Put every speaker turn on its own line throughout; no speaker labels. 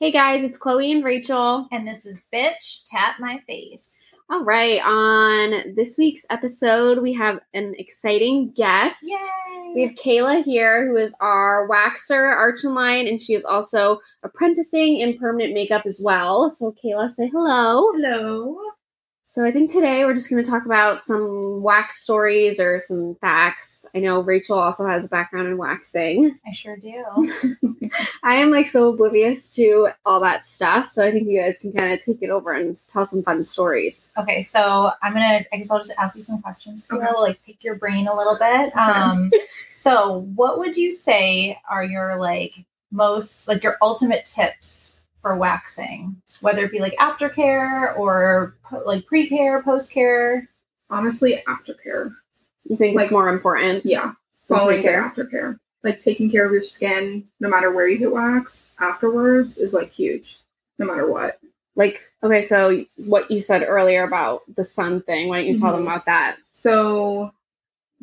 Hey guys, it's Chloe and Rachel.
And this is Bitch Tap My Face.
All right, on this week's episode, we have an exciting guest. We
Yay!
have Kayla here, who is our waxer, arch and line, and she is also apprenticing in permanent makeup as well. So, Kayla, say hello.
Hello.
So, I think today we're just going to talk about some wax stories or some facts. I know Rachel also has a background in waxing.
I sure do.
I am like so oblivious to all that stuff. So, I think you guys can kind of take it over and tell some fun stories.
Okay, so I'm gonna. I guess I'll just ask you some questions. Kayla.
Okay.
We'll like pick your brain a little bit. Um, so what would you say are your like most like your ultimate tips for waxing, whether it be like aftercare or po- like pre-care, post-care?
honestly aftercare
You think it's
Like-
more important?
yeah following
care.
care aftercare like taking care of your skin no matter where you hit wax afterwards is like huge no matter what
Like, okay, so what you said earlier about the sun thing, why don't you tell them
Mm-hmm.
Mhm.
about that?
so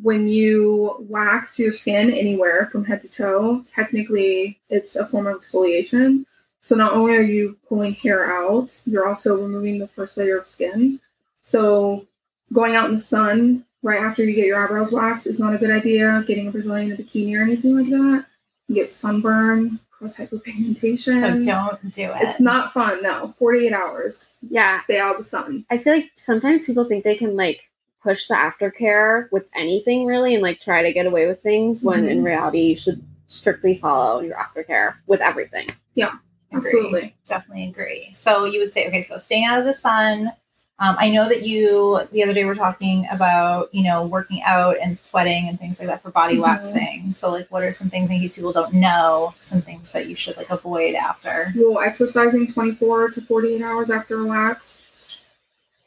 when you wax your skin anywhere from head to toe technically it's a form of exfoliation so not only are you pulling hair out you're also removing the first layer of skin so going out in the sun right after you get your eyebrows waxed is not a good idea getting a brazilian in a bikini or anything like that you get sunburn cause hyperpigmentation
So don't do it.
Um, it's not fun no 48 hours
Yeah.
stay out of the sun
I feel like sometimes people think they can like push the aftercare with anything really and like try to get away with things when
Mm-hmm.
in reality you should strictly follow your aftercare with everything.
Agree.
absolutely
definitely agree. So you would say, okay, so staying out of the sun. Um, I know that you the other day were talking about you know working out and sweating and things like that for body
Mhm.
waxing. So like, what are some things in case people don't know? Some things that you should like avoid after.
Well, exercising 24 to 48 hours after a wax,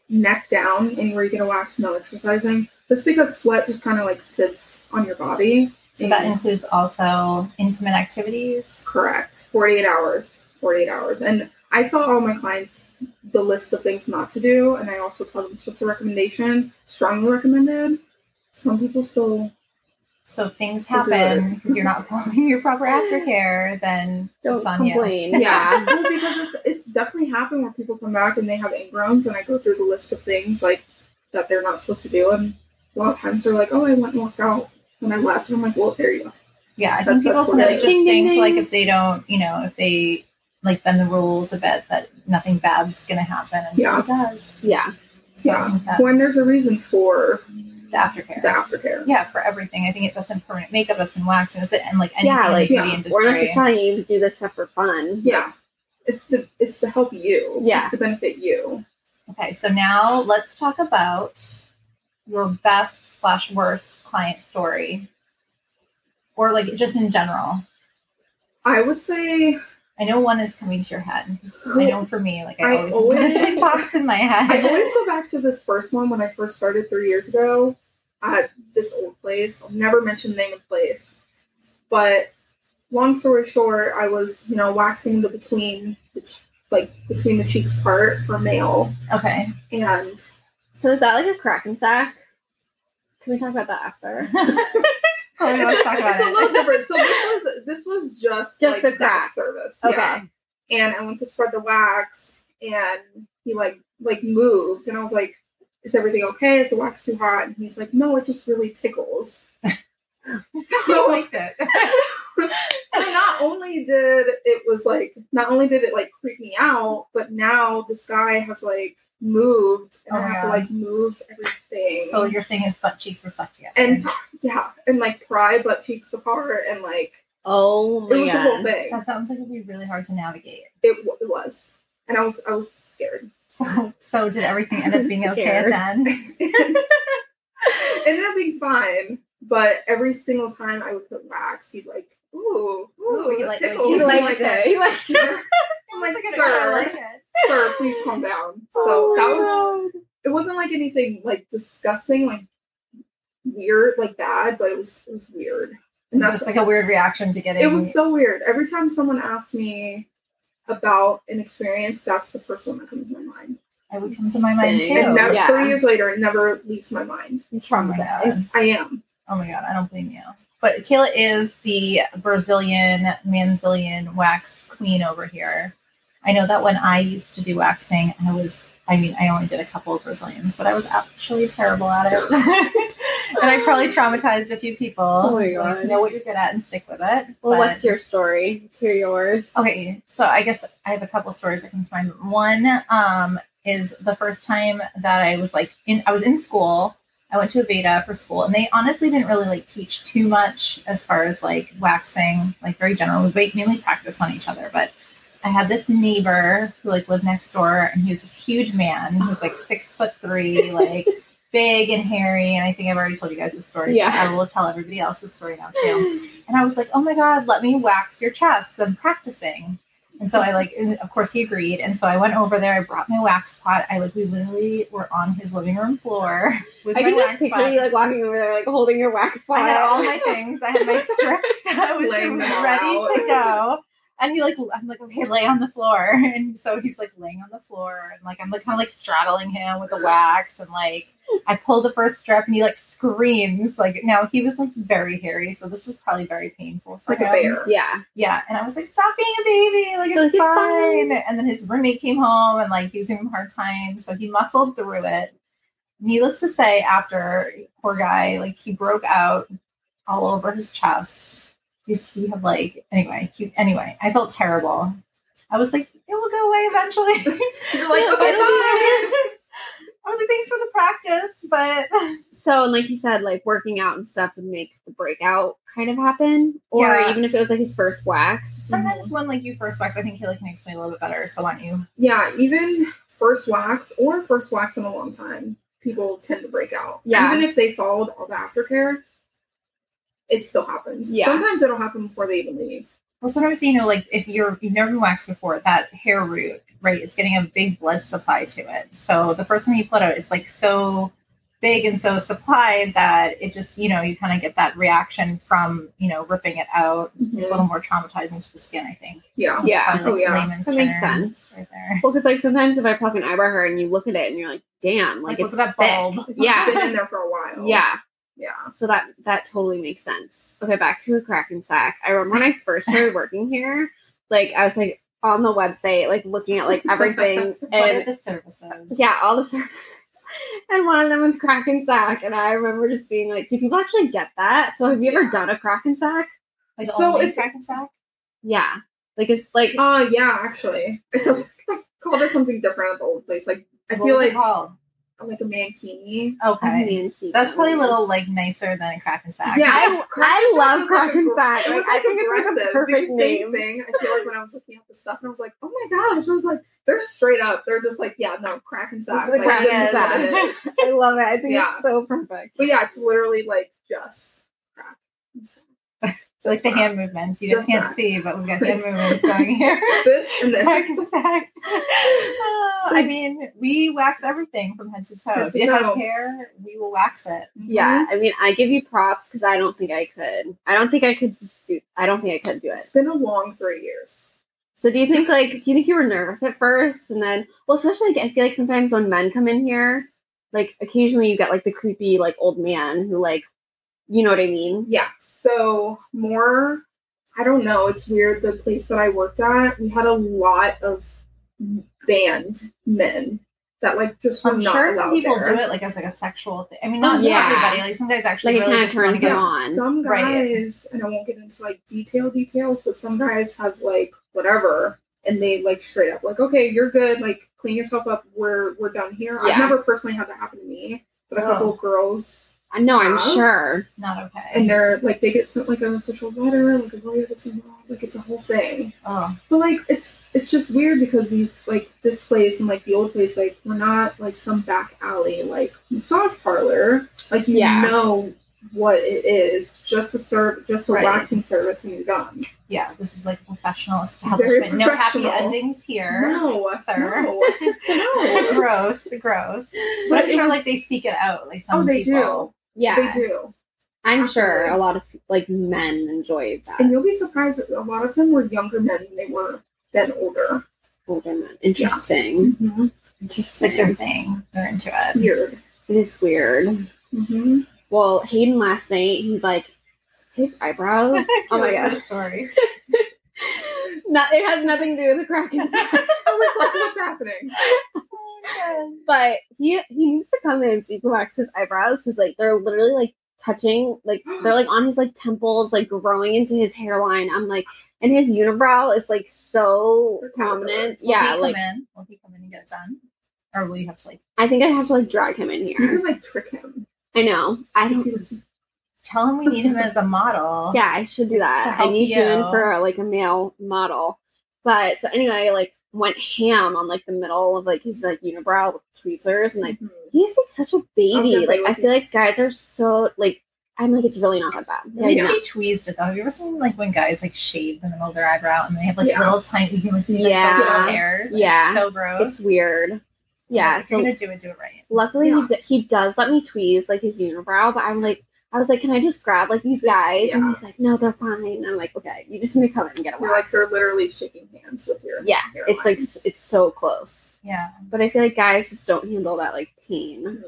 neck down, anywhere you get a wax, no exercising. Just because sweat just kind of like sits on your body.
So that
And-
includes also intimate activities.
correct. 48 hours. 48 hours. And I tell all my clients the list of things not to do, and I also tell them it's just a recommendation, strongly recommended. Some people still
So if things
So do
happen
it.
because you're not following your proper aftercare, then
Don't
it's on you.
complain.
yeah well, because it's it's definitely happened where people come back and they have ingrowns and i go through the list of things like that they're not supposed to do and a lot of times they're like oh i went and walked out when i left and i'm like well there you go
Yeah, I
That-
think people
that's what it
sometimes
is.
just
Ding, ding,
think like
ding.
if they don't, you know, if they like bend the rules a bit, that nothing bad's gonna happen until
Yeah.
it does.
yeah.
So
Yeah.
I think that's
when there's a reason for
the aftercare.
the aftercare
Yeah, for everything. I think it, that's in permanent makeup, that's in waxing, that's it, and like anything
Yeah,
in
like,
the
yeah,
beauty
We're not
industry.
just telling you to do this stuff for fun.
yeah it's the it's to help you
Yeah.
it's to benefit you
Okay, so now let's talk about your best slash worst client story, or like just in general.
i would say
I know one is coming to your head. 'cause I know for me, like I,
I
always,
always-
it pops in my head.
I always go back to this first one when I first started three years ago at this old place. I'll never mention the name of the place. But long story short, I was, you know, waxing the between, the ch- like, between the cheeks part for male.
okay.
And
So is that like a crack and sack? Can we talk about that after?
Oh, no, let's talk about
it's a little
it.
different. So this was, this was just,
Just
like,
the crack.
that service.
Okay.
Yeah. and I went to spread the wax and he like like moved and I was like, Is everything okay? Is the wax too hot? And he's like, No, it just really tickles.
I
so,
liked it.
so not only did it was like not only did it like creep me out, but now this guy has like moved and
Oh
I
my
have to
God.
like move everything.
So you're saying his butt cheeks were stuck together.
and yeah, and like pry butt cheeks apart and like
Oh my
it was the whole
god.
thing.
that sounds like it'd be really hard to navigate.
It, wa- it was. And I was I was scared.
So, so did everything end up being okay at
Scared.
the end?
It ended up being fine, but every single time I would put wax, he'd like, ooh, ooh,
Ooh, you
it
like-
tickles.
you
He
I'm
like
liked it. He liked it.
I'm
Like,
like,
I like
sir,
it.
sir, please calm down. So
Oh my
that was,
God.
it wasn't like anything like disgusting, like weird, like bad, but it was, it was weird.
It was
And that's
just like a weird reaction to getting.
it was so weird. Every time someone asks me about an experience, that's the first one that comes to my mind.
I would come to my mind too.
Same.
and now,
yeah.
three years later, it never leaves my mind.
I'm
Oh my god.
traumatized.
I am.
Oh my god, I don't blame you. But Kayla is the Brazilian Manzilian wax queen over here. I know that when I used to do waxing, I was, I mean, I only did a couple of Brazilians, but I was actually terrible at it. and I probably traumatized a few people.
Oh my
Like,
God.
know what you're good at and stick with it.
Well,
but-
what's your story? Let's hear yours.
Okay, so I guess I have a couple stories I can find. One um, is the first time that I was like in I was in school. I went to Aveda for school, and they honestly didn't really like teach too much as far as like waxing, like very general. We mainly practice on each other, but I had this neighbor who like lived next door, and he was this huge man. He was like six foot three, like big and hairy. And I think I've already told you guys this story. but
Yeah.
I will tell everybody else this story now too. And I was like, oh my God, let me wax your chest. I'm practicing. And so I like, and of course he agreed. And so I went over there, I brought my wax pot. I like, we literally were on his living room floor with
I
my
can
wax
just picture
pot.
you like walking over there, like holding your wax pot.
I had all my things. I had my strips. I was ready
Laying them out.
to go. And he like, I'm like, okay, lay on the floor. And so he's like laying on the floor, and like I'm like kind of like straddling him with the wax, and like I pull the first strip, and he like screams. Like now he was like very hairy, so this was probably very painful for
Like
him.
a bear.
yeah.
Yeah, and I was like, "Stop being a baby! Like
Like,
it's
it's
fine."
fine.
And then his roommate came home, and like he was giving him a hard time, so he muscled through it. Needless to say, after poor guy, like he broke out all over his chest because he had like anyway. He, anyway, I felt terrible. I was like, "It will go away eventually."
You're like, "Oh
Yeah,
okay,
it'll be
bye.
I was like, "Thanks for the practice," but
So, and like you said, like working out and stuff would make the breakout kind of happen, or
Yeah.
even if it was like his first wax.
sometimes when like you first wax, I think Kayla can explain a little bit better. So why don't you?
Yeah, even first wax or first wax in a long time, people tend to break out.
Yeah.
Even if they followed all the aftercare, it still happens.
Yeah.
Sometimes it'll happen before they even leave.
Well, sometimes you know, like if you're you've never been waxed before, that hair root, right? It's getting a big blood supply to it. So the first time you pull it out, it's like so big and so supplied that it just you know you kind of get that reaction from you know ripping it out. It's a little more traumatizing to the skin, I think.
Yeah.
It's
Yeah.
probably,
Oh, yeah.
layman's
That makes
term
sense.
right there.
Well, because like sometimes if I pluck an eyebrow hair and you look at it and you're like, damn,
Like,
like,
look
it's
at that
thick.
bulb.
It's been
Yeah,
in there for a while.
yeah.
Yeah.
So that that totally makes sense. Okay, back to the Kraken sack. I remember when I first started working here, like I was like on the website, like looking at like everything,
What are
and
the services?
yeah, all the services. And one of them was Kraken sack, and I remember just being like, "Do people actually get that?" So have you ever done a Kraken sack?
like
So
only
it's-
crack and sack.
Yeah, like it's like
Uh yeah, actually. I still called it something different at the old place. Like I
What
feel
was it
like
called?
like a mankini.
I
Okay,
mean, he-
that's probably a little like nicer than a crack and sack.
Yeah.
I,
Kraken
I
sack
love
was like a
Kraken
gr-
sack.
It was
Like,
like
I think it's like
aggressive.
a perfect
the
name.
same thing. I feel like when I was looking at the stuff and I was like, oh my gosh, I was like, they're straight up. They're just like, yeah, no, crack and sacks.
is
Like,
crack and
this is what
sack.
it is.
I love it. I think
Yeah.
it's so perfect.
But yeah, it's literally like just crack and sack.
like the
Just
hand movements. You just,
Just
can't
that.
see, but we've got hand movements going here.
crack. This and this.
Back and sack. Oh, I mean, we wax everything from head to toe.
Head
if
to
it has
toe.
hair, we will wax it.
Yeah,
Mm-hmm.
I mean, I give you props because I don't think I could. I don't think I could just do. I don't think I could do
It's
it.
been a long three years.
So, do you think like do you think you were nervous at first, and then well, especially like, I feel like sometimes when men come in here, like occasionally you get like the creepy like old man who like, you know what I mean?
Yeah. So more, I don't know. It's weird. The place that I worked at, we had a lot of banned men that like just were
I'm
not
sure
allowed
some people
there.
do it like as like a sexual thing. I mean, not
Oh, yeah.
everybody. Like some guys actually
Like, it
really
kinda
just want to
turns
get
them
on.
on.
Some
Right.
guys, and I won't get into like detail details, but some guys have like whatever, and they like straight up like, okay, you're good. Like clean yourself up. We're we're done here.
Yeah.
I've never personally had that happen to me, but a
Oh.
couple of girls
I know, I'm
Huh?
sure.
Not okay.
and they're like they get sent like an official letter, like a lawyer gets involved, like it's a whole thing.
oh,
But like it's it's just weird because these like this place and like the old place, like we're not like some back alley like massage parlor. Like you
Yeah.
know what it is, just a serve just a
Right.
waxing service and you're done.
yeah. This is like a professional establishment. No happy
professional.
endings here.
No,
sir.
no, Oh, no.
gross, gross. But
But
I'm
it
sure
was-
like they seek it out. Like some
Oh, they
people.
do.
Yeah,
They do.
I'm sure
absolutely.
a lot of like men enjoy that.
And you'll be surprised that a lot of them were younger men than they were than older.
Older men. Interesting.
Mm-hmm.
It's like their
Interesting.
thing. They're into it.
It's weird.
It is weird.
Mm-hmm.
Well, Hayden last night, he's like, his eyebrows. oh my
Cute
gosh.
little story.
Not, it has nothing to do with the crack inside.
I was like, what's happening?
but he he needs to come in and see wax his eyebrows because like they're literally like touching, like they're like on his like temples, like growing into his hairline. I'm like, and his unibrow is like so
They're colorful.
prominent.
Will
Yeah,
he come
like
in? Will he come in and get it done? Or will you have to like
I think I have to like drag him in
You
here.
can like trick him.
I know. I
I
don't
see what's
tell him we need him as a model?
Yeah, I should do
It's
that.
to
I
help
need you in
you.
for like a male model. But so anyway, I, like went ham on like the middle of like his like unibrow with tweezers and like
Mhm.
he's like such a baby.
gonna say,
Like I
what's
feel
his-
like guys are so like I'm like it's really not that bad.
At
Like,
least
no.
he tweezed it though. Have you ever seen like when guys like shave in the middle of their eyebrow and they have like
Yeah.
little tiny you can like see like,
Yeah.
the little hairs? Like,
Yeah.
It's so gross.
It's weird. Yeah.
If
so
you're gonna do it, do it right.
luckily
Yeah.
he, d- he does let me tweeze like his unibrow, but I'm like I was like, can I just grab like these guys? And
yeah.
he's like, no, they're fine. And I'm like, okay, you just need to come in and get a
You're like
wax.
they're literally shaking hands with your
Yeah,
your
it's like
line.
s- it's so close.
Yeah.
But I feel like guys just don't handle that like pain.
Mhm.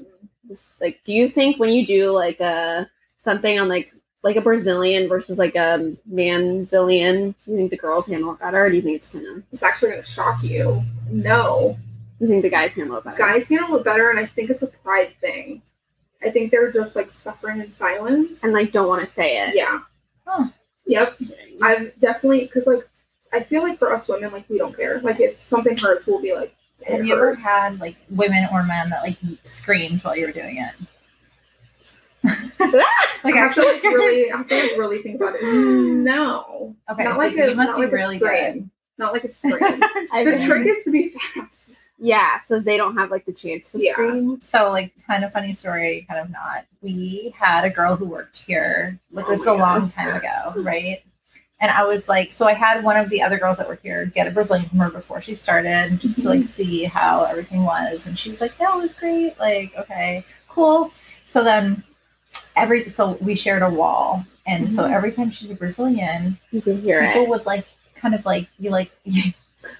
Just, like, do you think when you do like a something on like like a Brazilian versus like a manzilian, do you think the girls handle it better, or do you think it's kind of
it's actually gonna shock you. No,
you think the guys handle it better?
guys handle it better, and I think it's a pride thing. I think they're just like suffering in silence
and like don't want to say it.
yeah,
Huh.
yep. I've definitely because like I feel like for us women, like we don't care. Like if something hurts, we'll be like, it
Have you ever
hurts.
had like women or men that like screamed while you were doing it? like
I have to
actually,
like really, I have to like really think about it. No,
okay.
not
so
like
you
a-
must
not
be
like a
really
scream.
good.
not like a scream.
I
the
agree.
trick is to be fast.
yeah, so they don't have like the chance to
Yeah.
scream.
So, like, kind of funny story, kind of not. We had a girl who worked here, like,
Oh
this is
my
a
God.
long time ago, right? And I was like, so I had one of the other girls that worked here get a Brazilian from her before she started, just to like see how everything was. And she was like, yeah, it was great. Like, okay, cool. So then every, so we shared a wall. And so
Mhm.
every time she did Brazilian,
You can hear
people
Mm-hmm. it.
would like kind of like, you like,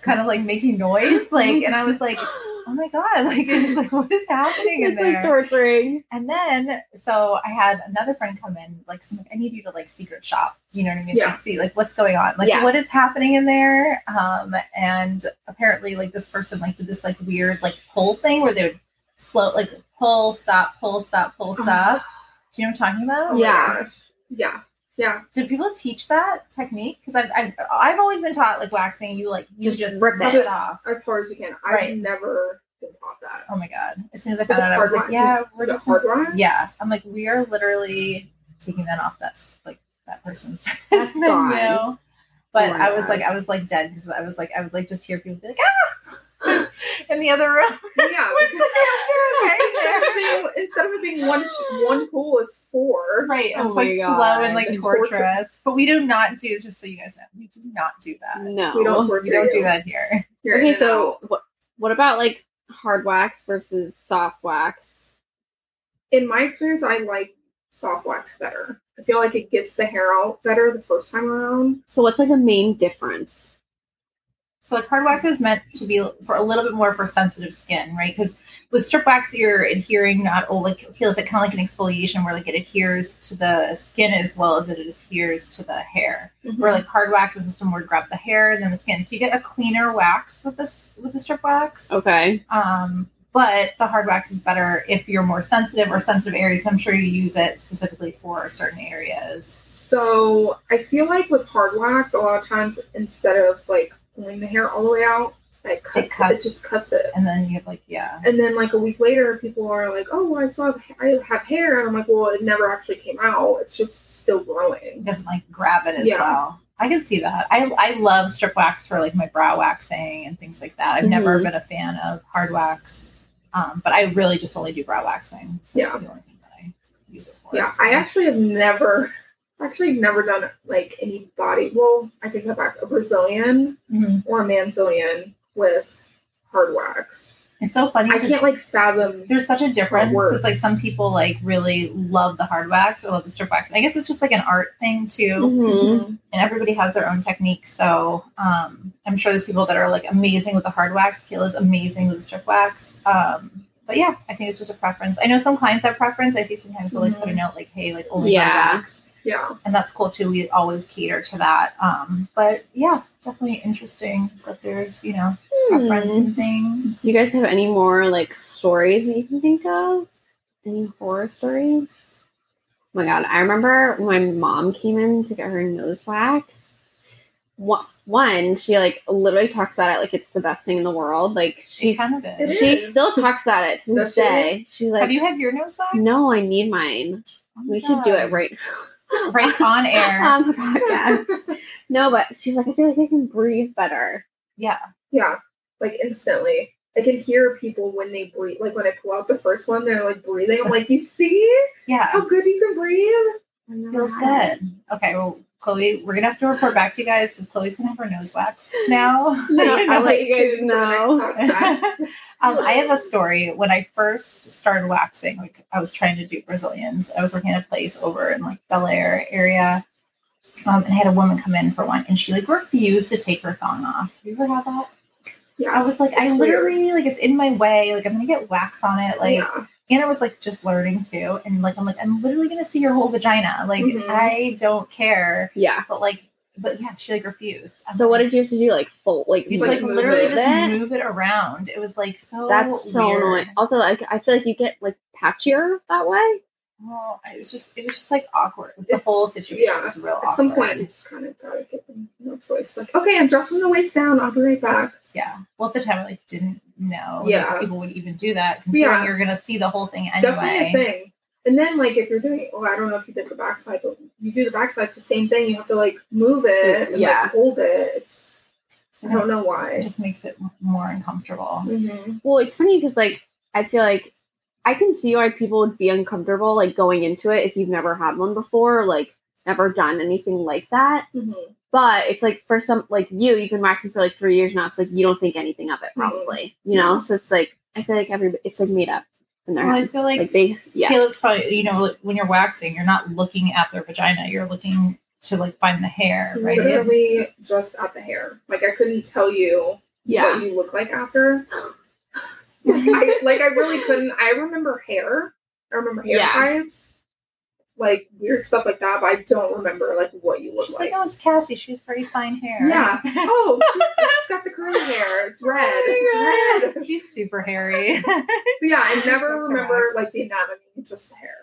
kind of like making noise. Like, and I was like, oh my God, like, like what is happening in
it's
there?
like torturing.
And then, so I had another friend come in, like, so I'm like, I need you to like secret shop. You know what I mean?
Yeah.
Like, see, like, what's going on? Like,
Yeah.
what is happening in there? Um, and apparently, like, this person like did this like weird like pull thing where they would slow like pull, stop, pull, stop, pull, stop. Do you know what I'm talking about?
Oh my
Yeah.
gosh. yeah, yeah.
Did people teach that technique? Because I've, I've I've always been taught like waxing, you like you
Just
just,
rip
rip
it.
it off.
as hard as you can.
Right.
I've never been taught that.
Oh my god! As soon as I
Is
found
it
out, I
hard
was like,
rock?
yeah, we're
Is it
just
hard rods?
Yeah, I'm like, we are literally taking that off. That's like that person's
That's
service menu.
gone.
But
Oh my
I was
God.
like, I was like dead because I was like, I would like just hear people be like, ah, in the other room.
Yeah,
I was like, "Is
instead
there
of it being, instead of it being one sh- one pull, it's four.
okay?" Right,
Oh
and it's
my
like
God.
slow and like
It's
torturous.
torturous.
But we do not do just so you guys know, we do not do that.
No.
We don't torture
We don't
you.
do that here.
You're in
Okay,
and
so
out.
what what about like hard wax versus soft wax?
in my experience, I like soft wax better. I feel like it gets the hair out better the first time around.
So what's like the main difference?
So like hard wax is meant to be for a little bit more for sensitive skin, right? Because with strip wax, you're adhering not only like it feels like kind of like an exfoliation where like it adheres to the skin as well as it adheres to the hair. Where like hard wax is supposed to more grab the hair and then the skin, so you get a cleaner wax with this with the strip wax.
Oh. Okay.
Um, but the hard wax is better if you're more sensitive or sensitive areas. I'm sure you use it specifically for certain areas.
So I feel like with hard wax, a lot of times instead of like pulling the hair all the way out, it cuts. It,
cuts.
just cuts it.
And then you have like yeah,
And then like a week later, people are like, "Oh, well, I still have I have hair," and I'm like, "Well, it never actually came out. It's just still growing."
doesn't like grab it as
Yeah.
well. I can see that. I I love strip wax for like my brow waxing and things like that. I've never
Mm-hmm.
Mhm.
been a fan of hard wax, um, but I really just only do brow waxing. It's like
Yeah.
the only thing that I use it for.
Yeah,
so.
I actually have never, actually never done like any body. Well, I take that back. A Brazilian
Mhm.
or a Manzilian with hard wax.
It's so funny.
I
'cause
can't like fathom.
There's such a difference because like
works.
some people like really love the hard wax or love the strip wax. I guess it's just like an art thing too.
Mhm.
and everybody has their own technique. So um, I'm sure there's people that are like amazing with the hard wax. Kayla's amazing with the strip wax. Um, but yeah, I think it's just a preference. I know some clients have preference. I see sometimes they'll like put a note like, "Hey, like only yeah.
Mm-hmm. Yeah.
wax,"
Yeah.
and that's cool too. We always cater to that. Um, but yeah, definitely interesting that there's you know preference
Hmm.
and things.
Do you guys have any more like stories that you can think of? Any horror stories? Oh my god, I remember when my mom came in to get her nose wax. Wha- One, she like literally talks about it like it's the best thing in the world. Like
She
she's
kind of
It
is.
she
is.
still talks about it to
Does
this
she?
day. She's like,
Have you had your nose wax?
no, I need mine.
Oh my
We should do it
God.
right
right on air.
on the podcast. no, but she's like, I feel like I can breathe better.
yeah,
Yeah, like instantly. I can hear people when they breathe. Like when I pull out the first one, they're like breathing. I'm like, you see
yeah,
how good you can breathe?
I've never
feels
had it.
good. Okay, well, Chloe, we're gonna have to report back to you guys because Chloe's gonna have her nose waxed now. So
No,
you
I
know,
like- let you guys
Stay tuned for the next podcast.
Um, I have a story. When I first started waxing, like I was trying to do Brazilians. I was working at a place over in like Bel Air area, um, and I had a woman come in for one, and she like refused to take her thong off. Have you ever had that? I
yeah,
was like, I
It's
literally like it's in my way. Like I'm gonna get wax on it. Like
yeah,
and I was like just learning too, and like I'm like I'm literally gonna see your whole vagina. Like
Mm-hmm.
Mhm.
I don't care,
Yeah.
but like but yeah, she like refused. I'm
So what
like,
did you have to do? Like full like
you
just,
like,
like, move
literally
it?
just
it?
move it around? It was like so
That's so
weird.
annoying. Also, like I feel like you get like patchier that way.
Well, it was just it was just like awkward. Like, The
It's-
whole situation
yeah.
was real.
at some
awkward.
point you just kind of gotta give them no choice. Like, okay, I'm dressed from the waist down. I'll be right back.
yeah. Well, at the time, I like didn't know
Yeah.
that people would even do that, considering
Yeah.
you're gonna see the whole thing anyway.
Definitely a thing. And then like if you're doing, oh, I don't know if you did the backside, but you do the backside, it's the same thing. You have to like move it, and,
Yeah.
like, hold it. It's
So
I don't know why.
It just makes it m- more uncomfortable.
Mhm.
Well, it's funny because like I feel like I can see why people would be uncomfortable like going into it if you've never had one before, or, like never done anything like that.
Mhm.
But it's like for some like you, you've been waxing for like three years now. It's like you don't think anything of it,
Mm-hmm.
probably. You know, so it's like I feel like every it's like made up in their
Well, I
head.
feel like,
Like they, yeah,
Kayla's probably you know like, when you're waxing, you're not looking at their vagina. You're looking to like find the hair, right?
Literally just at the hair. Like I couldn't tell you
yeah.
what you look like after. I, like I really couldn't. I remember hair. I remember hair
Yeah.
types, like weird stuff like that. But I don't remember like what you look
She's like,
like.
oh, it's Cassie. She's very fine hair.
Yeah. oh, she's, she's got the curly hair. It's red.
Oh
it's
my
red.
God. She's super hairy.
But yeah, I
Makes
never
sense to
remember
wax.
like the anatomy, just the hair.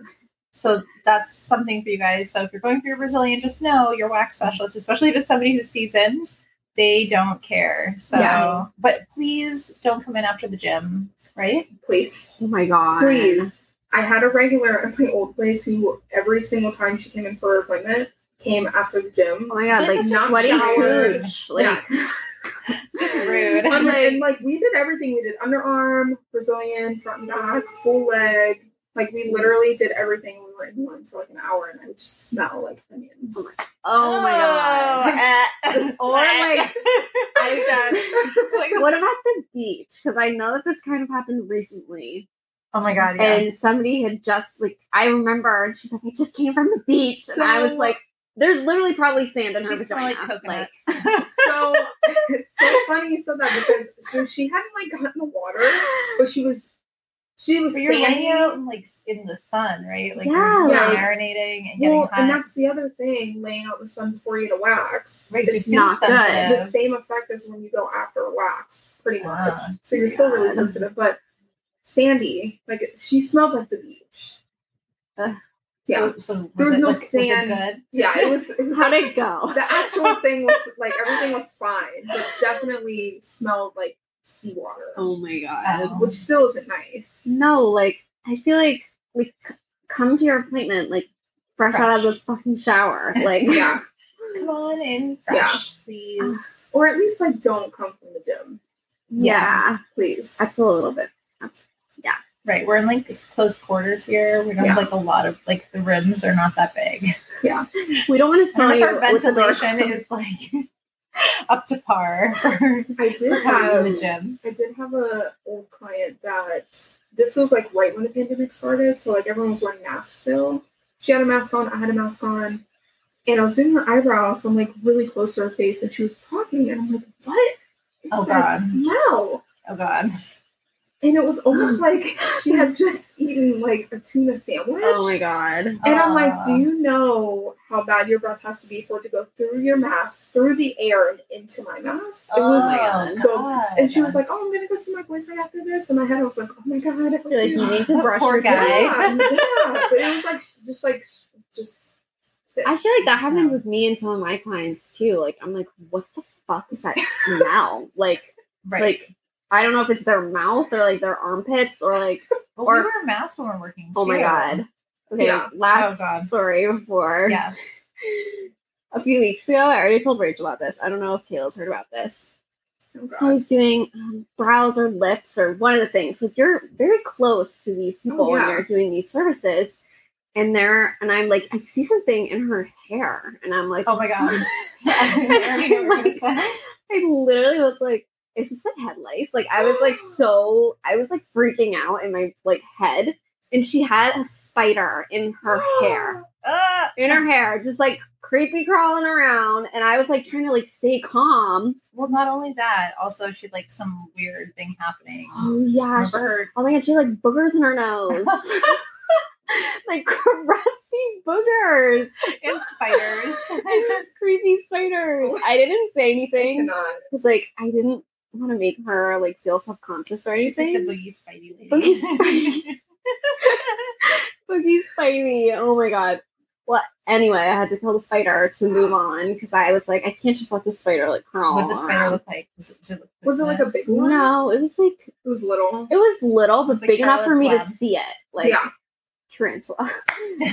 So that's something for you guys. So if you're going for your Brazilian, just know your wax specialist, especially if it's somebody who's seasoned, they don't care. So,
Yeah.
but please don't come in after the gym, right?
Please,
Oh my god.
please. I had a regular at my old place who every single time she came in for her appointment came after the gym.
Oh my god,
Like,
like
it's just
sweaty
showered.
hooch. Like
It's just rude.
Under,
Like-
and like we did everything. We did underarm, Brazilian, front and back, full leg. Like we literally did everything. We were in one for like an hour, and I would just smell like onions.
Oh Oh my god.
god.
Oh,
Or like
I'm done.
what about the beach? Because I know that this kind of happened recently.
oh my god, yeah.
And somebody had just like I remember and she's like, I just came from the beach. and I was
So-
like, there's literally probably sand in her
She smelled
vagina.
like coconuts.
so it's so funny you said that because so she hadn't like gotten the water, but she was she was
But you're
sandy.
laying out in, like in the sun, right? Like
Yeah,
you're still
like-
marinating and getting
Well,
hot.
and that's the other thing, laying out in the sun before you get a wax.
Right, so
it's
you're
not good.
sensitive.
The same effect as when you go after a wax, pretty much.
Ah.
so you're still really
God.
sensitive. But Sandy, like it- she smelled like the beach.
Ugh.
Yeah,
So, so was
There was
it,
no
like,
sand.
Was it good?
yeah, it was. It was
How'd it go?
the actual thing was like everything was fine, but definitely smelled like seawater,
Oh my god.
Wow.
which still isn't nice.
No, like I feel like like c- come to your appointment like fresh, out of the
Fresh.
fucking shower. Like
Yeah,
Come on in
Yeah.
fresh, please.
or at least like don't come from the gym,
yeah.
please.
I feel a little bit
Right, we're in like this close quarters here. We don't have like a lot of like the rims are not that big.
we don't want to
I don't
sell
know if
you
our
with the door
ventilation is like up to par for,
I did
for having in
have
the gym.
I did have a old client that this was like right when the pandemic started, so like everyone was wearing masks still. She had a mask on, I had a mask on, and I was doing her eyebrows, so I'm like really close to her face, and she was talking, and I'm like, what? is
Oh,
that
God.
smell.
Oh god.
and it was almost like she had just eaten like a tuna sandwich.
Oh my god.
And I'm like,
Uh.
do you know how bad your breath has to be for it to go through your mask, through the air, and into my mask? It was
Oh,
so. And she was like, "Oh, I'm gonna go see my boyfriend after this." And my head, I was like, "Oh my god!" I hope
You're like, you need to brush
Poor
your
guy.
teeth.
Yeah, yeah. But it was like just like just.
I feel like that happens with me and some of my clients too. Like I'm like, what the fuck is that smell? like
right.
like I don't know if it's their mouth or like their armpits or like
but
or-
we were masks when we were working.
oh my
too.
god. Okay,
Yeah.
last
Oh, God.
story before
Yes.
a few weeks ago. I already told Rachel about this. I don't know if Kayla's heard about this.
Oh, God.
I was doing um, brows or lips or one of the things. Like you're very close to these
Oh,
people when
yeah.
you're doing these services, and they're and I'm like I see something in her hair, and I'm like,
Oh my god. I already know what you're gonna say.
I literally was like, is this a head lice? Like I was like so I was like freaking out in my like head, and she had a spider in her hair
Uh,
in her hair, just like creepy crawling around, and I was like trying to like stay calm.
well, not only that, also she had like some weird thing happening.
Oh yeah, she
Remember her?
Oh my god, she had like boogers in her nose. like crusty boogers
And spiders.
and creepy spiders.
Oh.
I didn't say
I
anything
cannot.
because like I didn't want to make her like feel self conscious or
She's like the
anything.
boogie spidey lady.
Boogie Spidey. Boogie spidey. Oh my god. Well, anyway, I had to kill the spider to move on because I was like, I can't just let the spider like crawl.
what the spider
around.
look like? Was it, did it, look
Was it like a
this?
big one?
No, it was like
It was little.
it was little, but
was like
big enough for me
Charlotte's
to
Web.
see it. Like
yeah.
tarantula.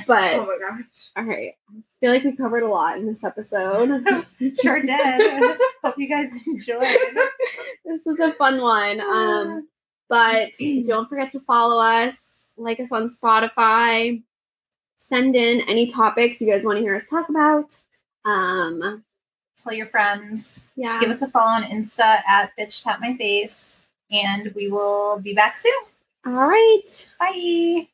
but
Oh my gosh.
All right. I feel like we covered a lot in this episode.
Sure did. Hope you guys enjoyed.
this was a fun one. Um, but don't forget to follow us, like us on Spotify, send in any topics you guys want to hear us talk about. Um,
Tell your friends.
yeah.
Give us a follow on Insta at bitch tap my face, and we will be back soon.
All right.
Bye.